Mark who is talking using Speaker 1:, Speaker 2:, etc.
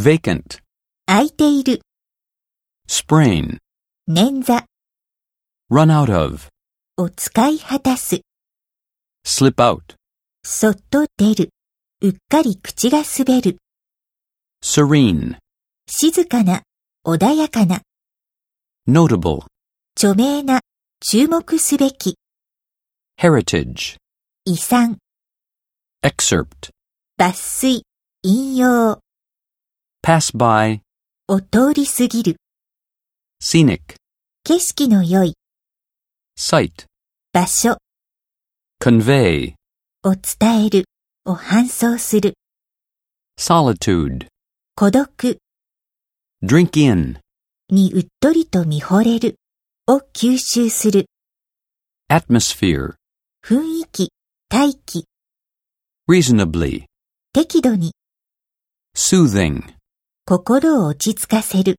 Speaker 1: vacant,
Speaker 2: 空いている、
Speaker 1: sprain,
Speaker 2: 捻挫
Speaker 1: run out of,
Speaker 2: を使い果たす、
Speaker 1: slip out,
Speaker 2: そっと出る、うっかり口が滑る、
Speaker 1: serene,
Speaker 2: 静かな、穏やかな、
Speaker 1: notable,
Speaker 2: 著名な、注目すべき、
Speaker 1: heritage,
Speaker 2: 遺産、
Speaker 1: excerpt,
Speaker 2: 抜粋、引用、
Speaker 1: pass by,
Speaker 2: を通り過ぎる、
Speaker 1: scenic,
Speaker 2: 景色の良い、
Speaker 1: site,
Speaker 2: 場所、
Speaker 1: convey,
Speaker 2: を伝える、を搬送する、
Speaker 1: solitude,
Speaker 2: 孤独、
Speaker 1: drink in,
Speaker 2: にうっとりと見惚れる、を吸収する、
Speaker 1: atmosphere,
Speaker 2: 雰囲気、大気、
Speaker 1: reasonably,
Speaker 2: 適度に、
Speaker 1: soothing.
Speaker 2: 心を落ち着かせる。